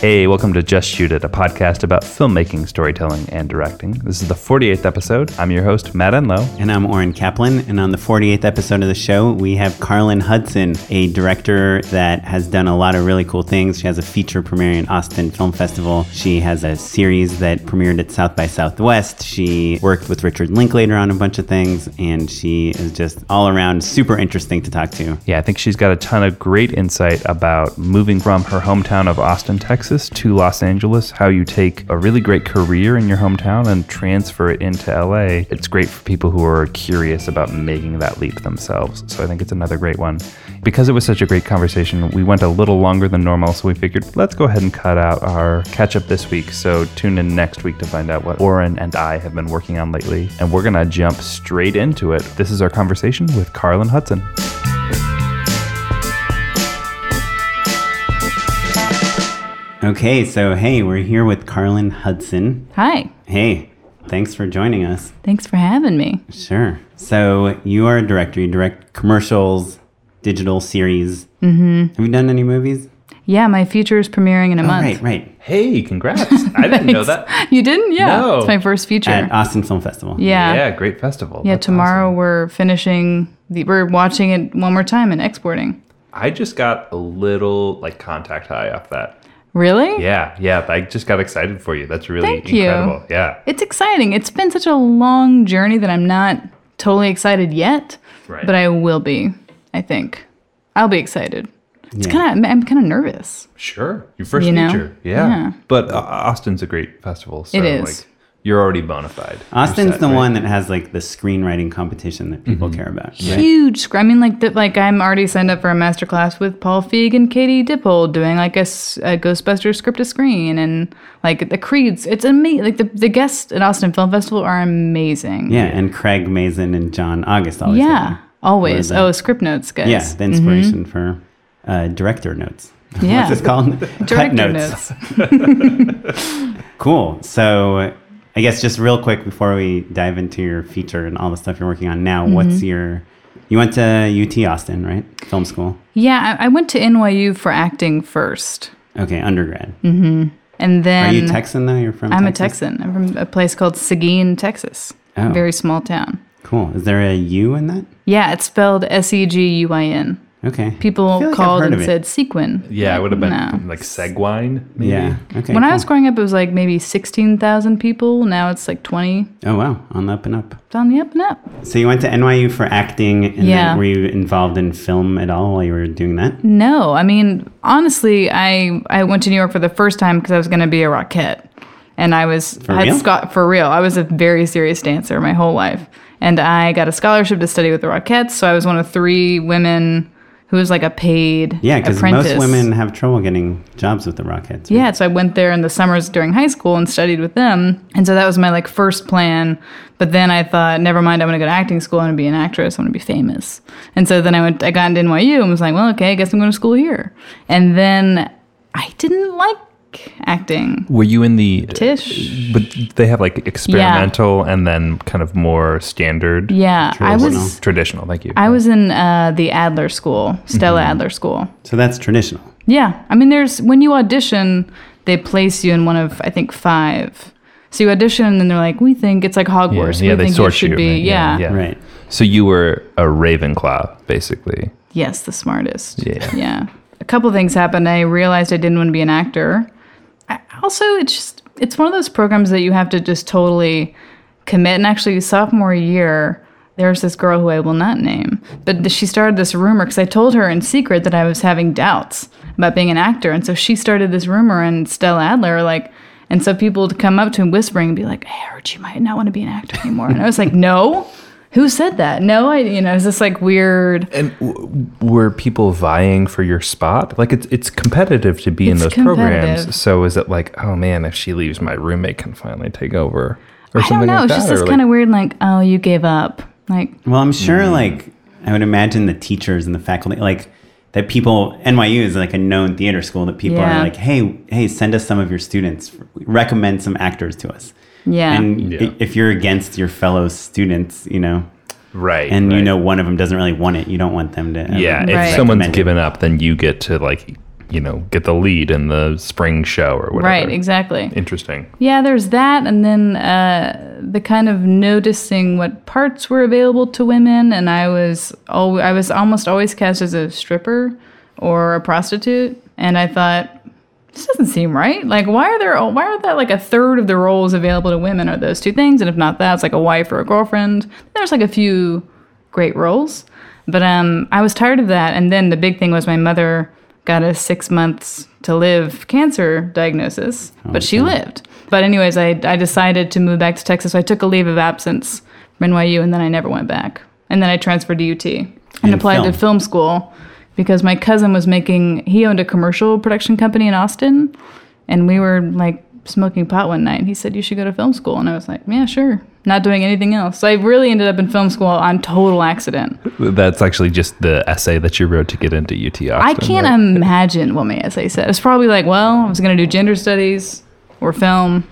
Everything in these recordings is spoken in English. Hey, welcome to Just Shoot It, a podcast about filmmaking, storytelling, and directing. This is the 48th episode. I'm your host, Matt Enlow. And I'm Oren Kaplan. And on the 48th episode of the show, we have Carlin Hudson, a director that has done a lot of really cool things. She has a feature premiere in Austin Film Festival. She has a series that premiered at South by Southwest. She worked with Richard Linklater on a bunch of things. And she is just all around super interesting to talk to. Yeah, I think she's got a ton of great insight about moving from her hometown of Austin, Texas to Los Angeles, how you take a really great career in your hometown and transfer it into LA. It's great for people who are curious about making that leap themselves. So I think it's another great one. Because it was such a great conversation, we went a little longer than normal, so we figured let's go ahead and cut out our catch up this week. So tune in next week to find out what Oren and I have been working on lately. And we're going to jump straight into it. This is our conversation with Carlin Hudson. Okay, so hey, we're here with Carlin Hudson. Hi. Hey, thanks for joining us. Thanks for having me. Sure. So you are a director. You direct commercials, digital series. Mm-hmm. Have you done any movies? Yeah, my feature is premiering in a Oh, month. Right, right. Hey, congrats. I didn't know Thanks. that. You didn't? Yeah. No. It's my first feature. At Austin Film Festival. yeah. Yeah, great festival. Yeah, That's tomorrow awesome. we're finishing the we're watching it one more time and exporting. I just got a little like contact high off that. Really? Yeah, yeah. I just got excited for you. That's really Thank you. incredible. Yeah. It's exciting. It's been such a long journey that I'm not totally excited yet, Right. but I will be, I think. I'll be excited. It's Yeah. kind of I'm kind of nervous. Sure. Your first You know? feature. Yeah. Yeah. But uh, Austin's a great festival. So It is. like you're already bona fide. You're Austin's set, the right? one that has like the screenwriting competition that people care about. Right? huge sc- I mean, like that. Like I'm already signed up for a master class with Paul Feig and Katie Dippold doing like a, s- a Ghostbusters script to screen and like the Creeds. It's amazing. Like the, the guests at Austin Film Festival are amazing. Yeah, and Craig Mazin and John August always. Yeah, have them. always. Where the- Oh, script notes, guys. Yeah, the inspiration for uh, director notes. Yeah. What's this called? Cut Director notes. notes. Cool. So, I guess just real quick before we dive into your feature and all the stuff you're working on now, what's Mm-hmm. your? You went to UT Austin, right? Film school. Yeah, I, I went to NYU for acting first, Okay, undergrad. and then Are you Texan though? You're from. I'm a Texas? Texan. I'm from a place called Seguin, Texas. Oh. Very small town. Cool. Is there a U in that? Yeah, it's spelled S E G U I N. Okay. People I feel like I've called heard and of it. said sequin. Yeah, it would have been No. like Segwine, maybe. Yeah. Okay. When I cool. was growing up, it was like maybe 16,000 people. Now it's like 20. Oh wow, on the up and up. It's on the up and up. So you went to NYU for acting, and Yeah. then were you involved in film at all while you were doing that? No, I mean, honestly, I, I went to New York for the first time because I was going to be a Rockette. And I was, For I real? had Scott, for real, I was a very serious dancer my whole life. And I got a scholarship to study with the Rockettes. So I was one of three women who was like a paid Yeah, because most apprentice. women have trouble getting jobs with the Rockheads. right? Yeah, so I went there in the summers during high school and studied with them. And so that was my like first plan. But then I thought, never mind, I'm going to go to acting school. I'm going to be an actress. I'm going to be famous. And so then I went, I got into NYU and was like, well, okay, I guess I'm going to school here. And then I didn't like acting. Were you in the uh, Tish. But they have like experimental and then kind of more standard. Yeah, I Traditional. was, Traditional. Thank you. I was in uh, the Adler School, Stella Adler School. So that's traditional. Yeah. I mean, there's when you audition, they place you in one of, I think, five. So you audition and then they're like, we think it's like Hogwarts. yeah, we they think sort should you, Be. right? Yeah, Yeah, yeah. Right. So you were a Ravenclaw, basically. Yes, the smartest. Yeah. Yeah. A couple things happened. I realized I didn't want to be an actor. I, also, it's just, it's one of those programs that you have to just totally commit. And actually, sophomore year, there was this girl who I will not name, but th- she started this rumor because I told her in secret that I was having doubts about being an actor. And so she started this rumor and Stella Adler, like, and so people would come up to him whispering and be like, hey, I heard you might not want to be an actor anymore. And I was like, no, who said that? No, I, you know, it was this like weird. And w- were people vying for your spot? Like it's it's competitive to be in It's those competitive. programs. So is it like, oh man, if she leaves, my roommate can finally take over, or I don't something know. like it's that? just or this like- kind of weird, like, oh, you gave up. Like, Well, I'm sure, Mm. like, I would imagine the teachers and the faculty, like, that people, NYU is like a known theater school that people Yeah. are like, hey, hey, send us some of your students, recommend some actors to us. yeah. And Yeah. i- if you're against your fellow students, you know, right, and you right. know one of them doesn't really want it, you don't want them to. ever yeah, be Right. if someone's recommended. given up, then you get to like you know, get the lead in the spring show or whatever. Right, exactly. Interesting. Yeah, there's that, and then uh, the kind of noticing what parts were available to women, and I was al- I was almost always cast as a stripper or a prostitute, and I thought this doesn't seem right. Like, why are there why are that like a third of the roles available to women are those two things, and if not that, it's like a wife or a girlfriend. There's like a few great roles, but um, I was tired of that, and then the big thing was my mother got a six months to live cancer diagnosis, but she lived. But anyways, I, I decided to move back to Texas. So I took a leave of absence from NYU, and then I never went back. And then I transferred to UT and, And applied film. to film school because my cousin was making. He owned a commercial production company in Austin, and we were like smoking pot one night. And he said you should go to film school, and I was like, yeah, sure. Not doing anything else. So I really ended up in film school on total accident. That's actually just the essay that you wrote to get into UT Austin. I can't right? imagine what my essay said. It's probably like, well, I was going to do gender studies or film.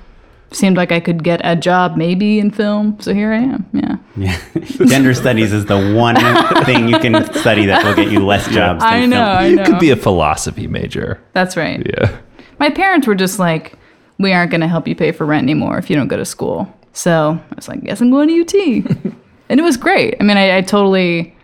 Seemed like I could get a job maybe in film, so here I am. Yeah, Gender studies is the one thing you can study that will get you less jobs. Than I know, film. I you know. could be a philosophy major. That's right. Yeah. My parents were just like, we aren't going to help you pay for rent anymore if you don't go to school. So I was like, guess I'm going to UT, and it was great. I mean, I, I totally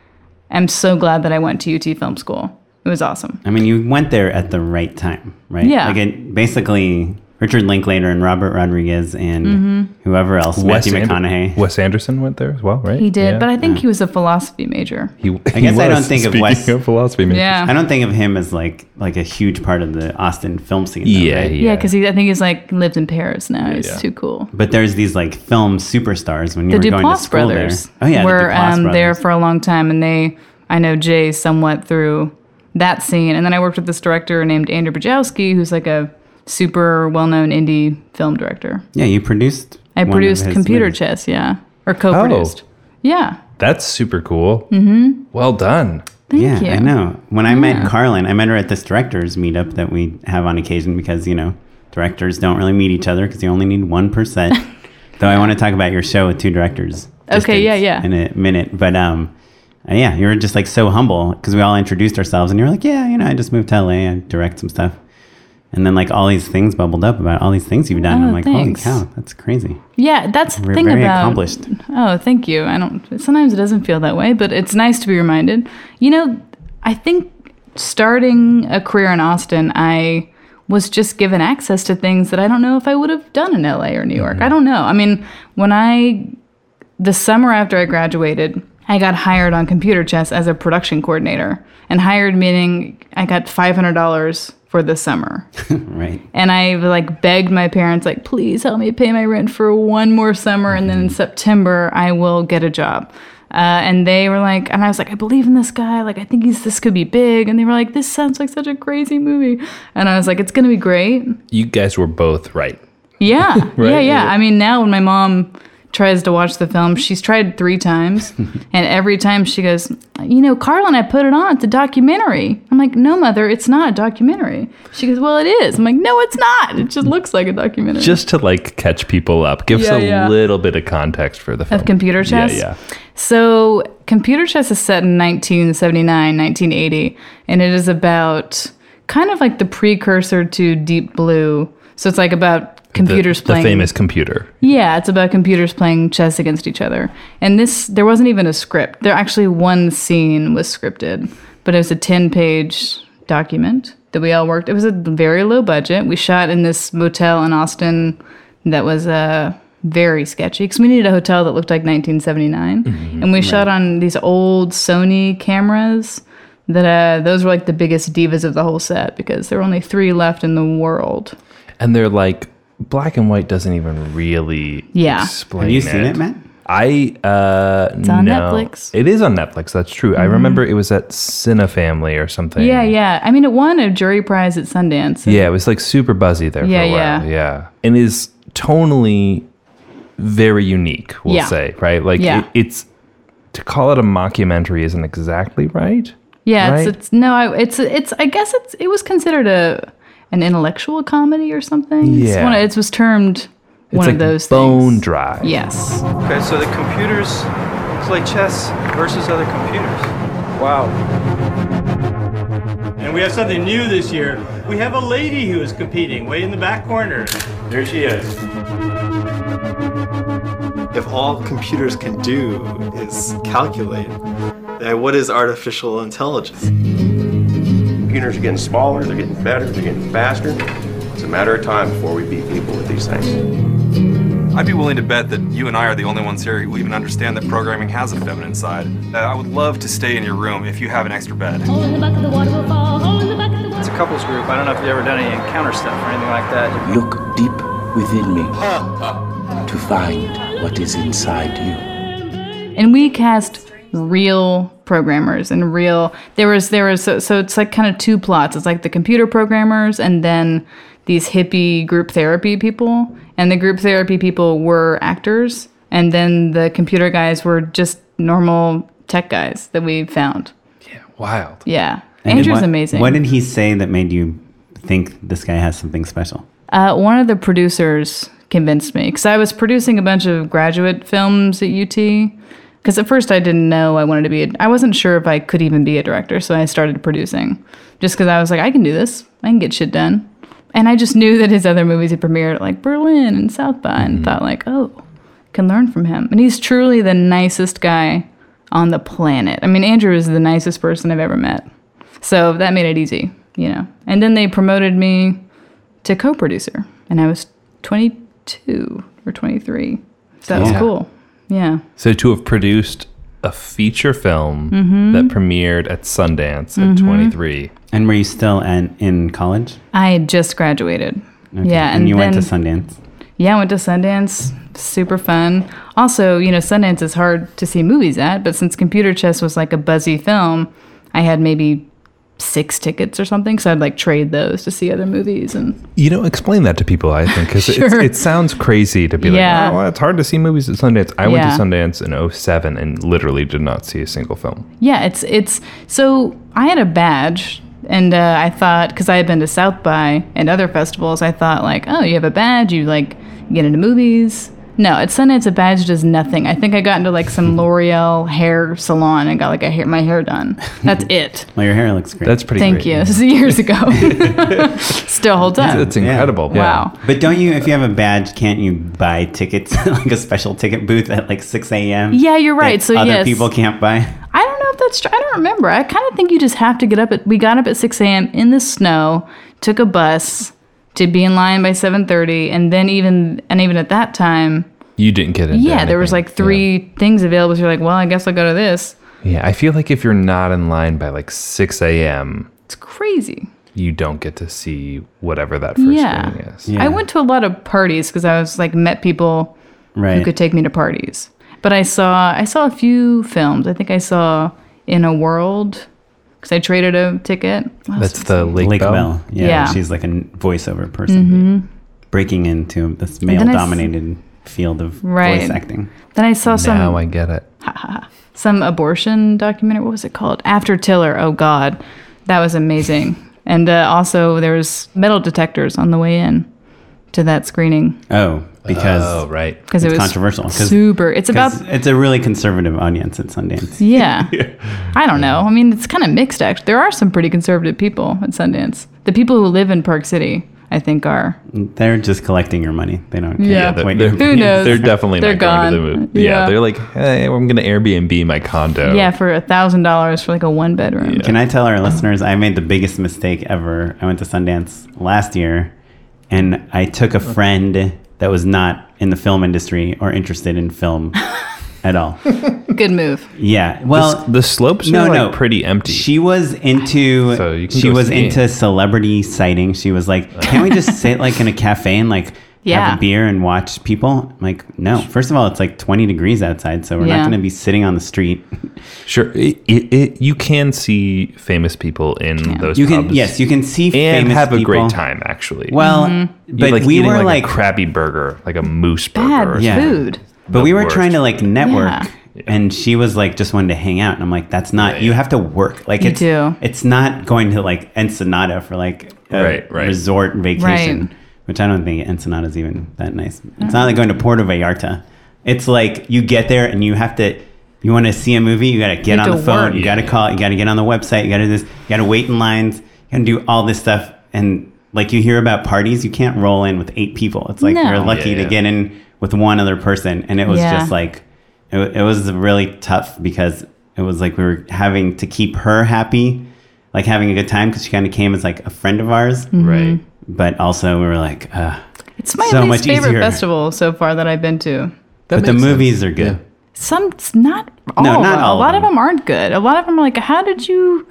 am so glad that I went to UT film school. It was awesome. I mean, you went there at the right time, right? Yeah. Like it basically Richard Linklater and Robert Rodriguez and Mm-hmm. whoever else, Matthew Ander- McConaughey. Wes Anderson went there as well, right? He did, Yeah. but I think he was a philosophy major. he, I guess I don't think of Wes- philosophy majors. Yeah. I don't think of him as like like a huge part of the Austin film scene. though, Yeah, right? yeah. Yeah, because I think he's like lived in Paris now. He's yeah. too cool. But there's these like film superstars when you were The going to Duplass school brothers there. Oh yeah, were the Duplass um, there brothers. for a long time, and they I know Jay somewhat through that scene, and then I worked with this director named Andrew Bajowski, who's like a super well-known indie film director. Yeah, you produced. I one of produced his Computer movies. Oh. Chess, yeah, or co-produced. Yeah, That's super cool. Mm-hmm. Well done. thank yeah, you. I know. When I met Carlin, I met her at this directors meetup that we have on occasion because you know directors don't really meet each other because you only need one percent. Though I want to talk about your show with two directors. Okay, yeah, yeah. In a minute, but um, uh, yeah, you were just like so humble because we all introduced ourselves and you were like, yeah, you know, I just moved to LA, I direct some stuff, and then like all these things bubbled up about all these things you've done. Oh, I'm like, thanks. holy cow, that's crazy. Yeah, that's the We're thing very about accomplished. Oh, thank you. I don't. Sometimes it doesn't feel that way, but it's nice to be reminded. You know, I think starting a career in Austin, I was just given access to things that I don't know if I would have done in LA or New York. Mm-hmm. I don't know. I mean, when I the summer after I graduated, I got hired on Computer Chess as a production coordinator, and hired meaning I got five hundred dollars for the summer. Right. And I like begged my parents, like, please help me pay my rent for one more summer, and then in September I will get a job. Uh, and they were like, and I was like, I believe in this guy. Like, I think he's this could be big. And they were like, this sounds like such a crazy movie. And I was like, it's gonna be great. You guys were both right. Yeah, yeah, yeah. yeah. I mean, now when my mom tries to watch the film, she's tried three times, and every time she goes, "You know, Carlin, I put it on. It's a documentary." I'm like, "No, mother, it's not a documentary." She goes, "Well, it is." I'm like, "No, it's not. It just looks like a documentary." Just to like catch people up, give Yeah, us a yeah. little bit of context for the film. of computer chess. Yeah, yeah. So, computer chess is set in 1979, 1980, and it is about kind of like the precursor to Deep Blue. So it's like about The- computers the playing famous computer. Yeah, it's about computers playing chess against each other. And this, there wasn't even a script. There actually one scene was scripted, but it was a ten-page document that we all worked. It was a very low budget. We shot in this motel in Austin that was uh, very sketchy because we needed a hotel that looked like 1979, and we shot on these old Sony cameras. That uh, those were like the biggest divas of the whole set because there were only three left in the world. and they're like black and white doesn't even really Yeah. explain Have you seen it, Matt? I uh it's on Netflix. Mm-hmm. It is on Netflix, that's true. I remember it was at Cine Family or something. Yeah, yeah. I mean, it won a jury prize at Sundance. and- Yeah, it was like super buzzy there Yeah, for a yeah. while. Yeah. And is tonally very unique, we'll Yeah. say, right? Like Yeah. it, it's to call it a mockumentary isn't exactly right. Yeah, right? it's, it's no, I, it's it's. I guess it's it was considered a an intellectual comedy or something. it's Yeah. one of, it was termed It's one like of those bone things. dry. Yes, Okay, so the computers play chess versus other computers. Wow. And we have something new this year. We have a lady who is competing way in the back corner. There she is. If all computers can do is calculate, then what is artificial intelligence? Computers are getting smaller, they're getting better, they're getting faster. It's a matter of time before we beat people with these things. I'd be willing to bet that you and I are the only ones here who even understand that programming has a feminine side. Uh, I would love to stay in your room if you have an extra bed. Hole in the back of the water will fall. Hole in the back of the It's water. a couples group. I don't know if you've ever done any encounter stuff or anything like that. Look deep within me to find what is inside you. and we cast real programmers and real there was there was so, so it's like kind of two plots it's like the computer programmers and then these hippie group therapy people and the group therapy people were actors and then the computer guys were just normal tech guys that we found Wild. yeah And andrew's what- amazing What did he say that made you think this guy has something special? Uh, one of the producers convinced me because I was producing a bunch of graduate films at UT. Because at first I didn't know I wanted to be, a, I wasn't sure if I could even be a director. So I started producing just because I was like, I can do this, I can get shit done. And I just knew that his other movies had premiered at like Berlin and South by and thought, like, oh, can learn from him. And he's truly the nicest guy on the planet. I mean, Andrew is the nicest person I've ever met. So that made it easy, you know. And then they promoted me to co-producer and i was 22 or 23 so that was Yeah. cool yeah So to have produced a feature film Mm-hmm. that premiered at Sundance at 23. And were you still at, in college? i had just graduated Okay. yeah and, and you then, went to Sundance. yeah i went to sundance super fun also you know sundance is hard to see movies at but since computer chess was like a buzzy film i had maybe six tickets or something so i'd like trade those to see other movies and You know, explain that to people, I think, because Sure. it sounds crazy to be Yeah. like, oh, well, it's hard to see movies at Sundance. I went Yeah. to Sundance in 07 and literally did not see a single film. Yeah, it's it's so I had a badge and uh, I thought because I had been to South by and other festivals, I thought like, oh, you have a badge, you like get into movies. No, at Sundance, a badge does nothing. I think I got into like some L'Oreal hair salon and got like a hair, my hair done. That's it. Well, your hair looks great. That's pretty Thank great. you. This is years ago. Still holds up. That's incredible. wow. But don't you, if you have a badge, can't you buy tickets like a special ticket booth at like 6 a.m.? Yeah, you're right. that So other yes, people can't buy. I don't know if that's true. I don't remember. I kind of think you just have to get up at. We got up at six a.m. in the snow, took a bus to be in line by seven thirty, and then even and even at that time, You didn't get into yeah, there was anything. like three things available. So you're like, well, I guess I'll go to this. Yeah. yeah, I feel like if you're not in line by like 6 a.m., It's crazy. you don't get to see whatever that first Yeah. thing is. Yeah. I went to a lot of parties because I was like met people Right. who could take me to parties. But I saw I saw a few films. I think I saw In a World because I traded a ticket. What else That's the Lake, Lake Bell. Bell. Yeah, Yeah. Mm-hmm. She's like a n- voiceover person breaking into this male then I s- dominated field of Right. voice acting. Then I saw some. Now I get it. some abortion documentary. What was it called? After Tiller. Oh God, that was amazing. And uh, also there was metal detectors on the way in to that screening Oh, because oh, right. because it It's was controversial, 'cause- Super. It's about 'cause it's a really conservative audience at Sundance. yeah. I don't know. I mean, it's kind of mixed. Actually, there are some pretty conservative people at Sundance. The people who live in Park City, I think, are They're just collecting your money. They don't care. Yeah. they're, Wait, they're- Who knows? They're definitely They're not going to the gone. movie. Yeah. Yeah. they're like, hey, I'm going to Airbnb my Oh. condo. yeah for a thousand dollars for like a one bedroom. Can I tell our listeners I made the biggest mistake ever? I went to Sundance last year and I took a friend that was not in the film industry or interested in film at all. Good move. Yeah. Well, the slopes no, are like no. pretty empty. She was into So you can she go was skiing. Uh. into celebrity sighting. She was like, "Can we just sit like in a cafe and like Yeah. have a beer and watch people?" I'm like, "No. First of all, it's like 20 degrees outside, so we're Yeah. not going to be sitting on the street." sure, it, it, it, you can see famous people in those. You can pubs yes, you can see and famous have a great people. time. Actually, Well, You're, but we eating, were like, like, a crappy burger, like a moose burger. Bad or Yeah. food. but the we were worst. trying to like network. Yeah. And she was like, just wanted to hang out, and I'm like, that's not. You have to work. Like, You it's do. it's not going to like Ensenada for like a Right, right. resort vacation, Right. which I don't think Ensenada's even that nice. It's not like going to Puerto Vallarta. It's like you get there and you have to. You want to see a movie, you got to get have on to the phone, work. you got to call, you got to get on the website, you got to this, you got to wait in lines, and do all this stuff. And like you hear about parties, you can't roll in with eight people. It's like No. you're lucky Yeah, to yeah. get in with one other person. And it was Yeah. just like, it, wa- it was really tough because it was like we were having to keep her happy, like having a good time because she kind of came as like a friend of ours. Right. Mm-hmm. But also, we were like, uh, It's my So least much favorite easier. festival so far that I've been to. but makes the sense. movies are good. Yeah. Some, it's not all. No, of not them. all A of lot of them. them aren't good. A lot of them are like, how did you,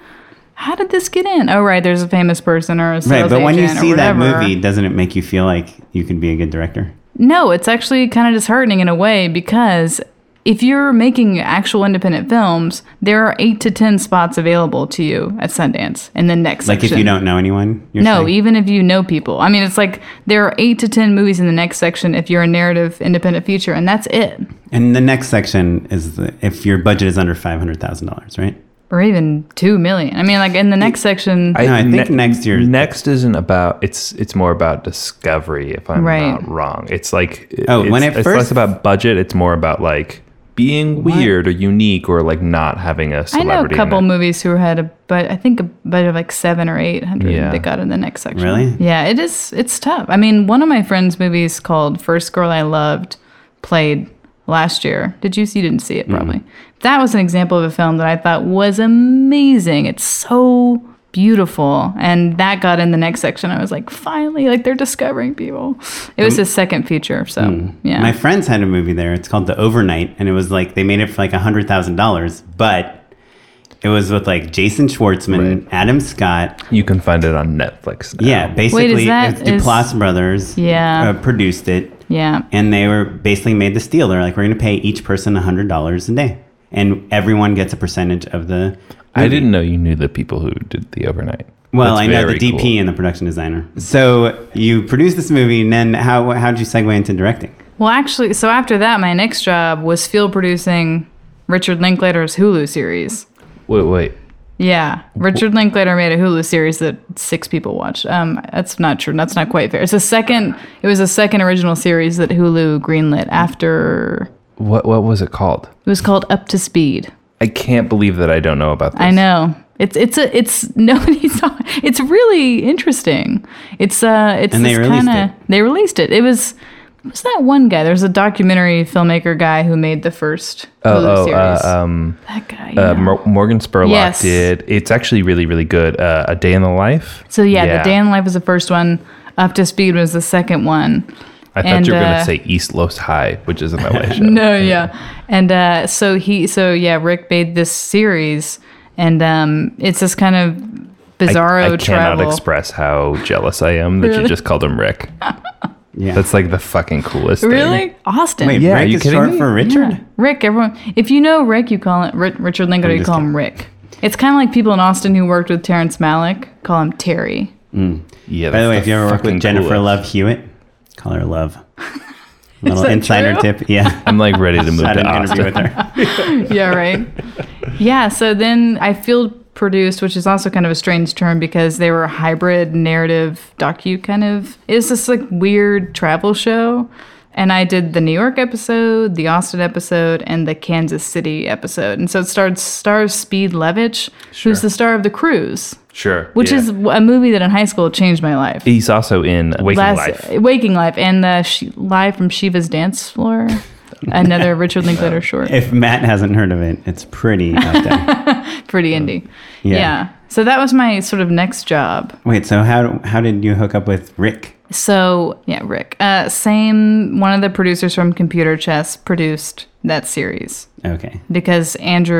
how did this get in? Oh, right, there's a famous person or a sales Right, but when you agent or see that whatever. movie, doesn't it make you feel like you can be a good director? No, it's actually kind of disheartening in a way because if you're making actual independent films, there are eight to ten spots available to you at Sundance, and then next Like if section. you don't know anyone, you're No, saying? even if you know people. I mean, it's like there are eight to ten movies in the next section if you're a narrative independent feature, and that's it. And the next section is the, if your budget is under five hundred thousand dollars, right? Or even two million. I mean, like in the next section, No, I think next year- Next isn't about it's it's more about discovery. If I'm Right. not wrong, it's like Oh, it's, when it it's first- less about budget. It's more about like being weird or unique or like not having a I celebrity. know a in couple it. movies who had a but I think a budget of like seven or eight hundred Yeah. that got in the next section. Really? Yeah, it is. It's tough. I mean, one of my friend's movies called First Girl I Loved played last year. Did you see? You didn't see it probably. That was an example of a film that I thought was amazing. It's so beautiful, and that got in the next section. I was like, finally, like they're discovering people. It was his second feature, so Hmm. yeah. My friends had a movie there. It's called The Overnight, and it was like they made it for like hundred thousand dollars, but it was with like Jason Schwartzman, Adam Scott. You can find it on Netflix. Now. Yeah, basically, that- it's Duplass is- Brothers. Yeah. uh, produced it. yeah. And they were basically made this deal. They're like, we're going to pay each person $100 a day. And everyone gets a percentage of the. I didn't know you knew the people who did the overnight. Well, That's I know the very DP cool. and the production designer. So you produced this movie, and then how, how'd you segue into directing? Well, actually, so after that, my next job was field producing Richard Linklater's Hulu series. Wait, wait. Yeah, Richard Linklater made a Hulu series that six people watched. Um, that's not true. That's not quite fair. It's a second. It was a second original series that Hulu greenlit after. What what was it called? It was called Up to Speed. I can't believe that I don't know about this. I know. It's it's a it's nobody saw. it. It's really interesting. It's uh it's And they released kind it. of they released it. It was was that one guy. There's a documentary filmmaker guy who made the first Hulu Oh, oh series. uh, um, that guy. uh, yeah. Mor- Morgan Spurlock Yes. did. It's actually really, really good. Uh, a Day in the Life. So yeah, the day in life was the first one. Up to speed was the second one. I thought and, you were going to uh, say East Los High, which is an LA show. No, yeah, and uh, so he, so yeah, Rick made this series, and um, it's this kind of bizarro I, I cannot travel. express how jealous I am that you Really? just called him Rick. Yeah. That's like the fucking coolest thing. really, Austin. Wait, Yeah, are Rick you is kidding short me? for Richard? Rick, everyone. If you know Rick, you call it Ri- Richard Linklater. I'm You just call him kidding. Rick. It's kind of like people in Austin who worked with Terrence Malick call him Terry. Yeah. By the that's way, if you ever work fucking with Jennifer coolest. Love Hewitt, call her Love. Little that insider true? tip. Yeah. I'm like ready to move I had to an interview Austin. with her. yeah, right. Yeah, so then I field produced, which is also kind of a strange term because they were a hybrid narrative docu kind of. It's this like weird travel show. And I did the New York episode, the Austin episode, and the Kansas City episode. And so it starts stars Speed Levitch, who's the star of The Cruise, Sure. which yeah. is a movie that in high school changed my life. He's also in Waking Last- Life. Waking Life and the Sh- Live from Shiva's Dance Floor, another Richard Linklater short. If Matt hasn't heard of it, it's pretty out there. pretty indie. Yeah. Yeah. So that was my sort of next job. Wait, so how, how did you hook up with Rick? So yeah, Rick. Uh, same one of the producers from Computer Chess produced that series Okay. because Andrew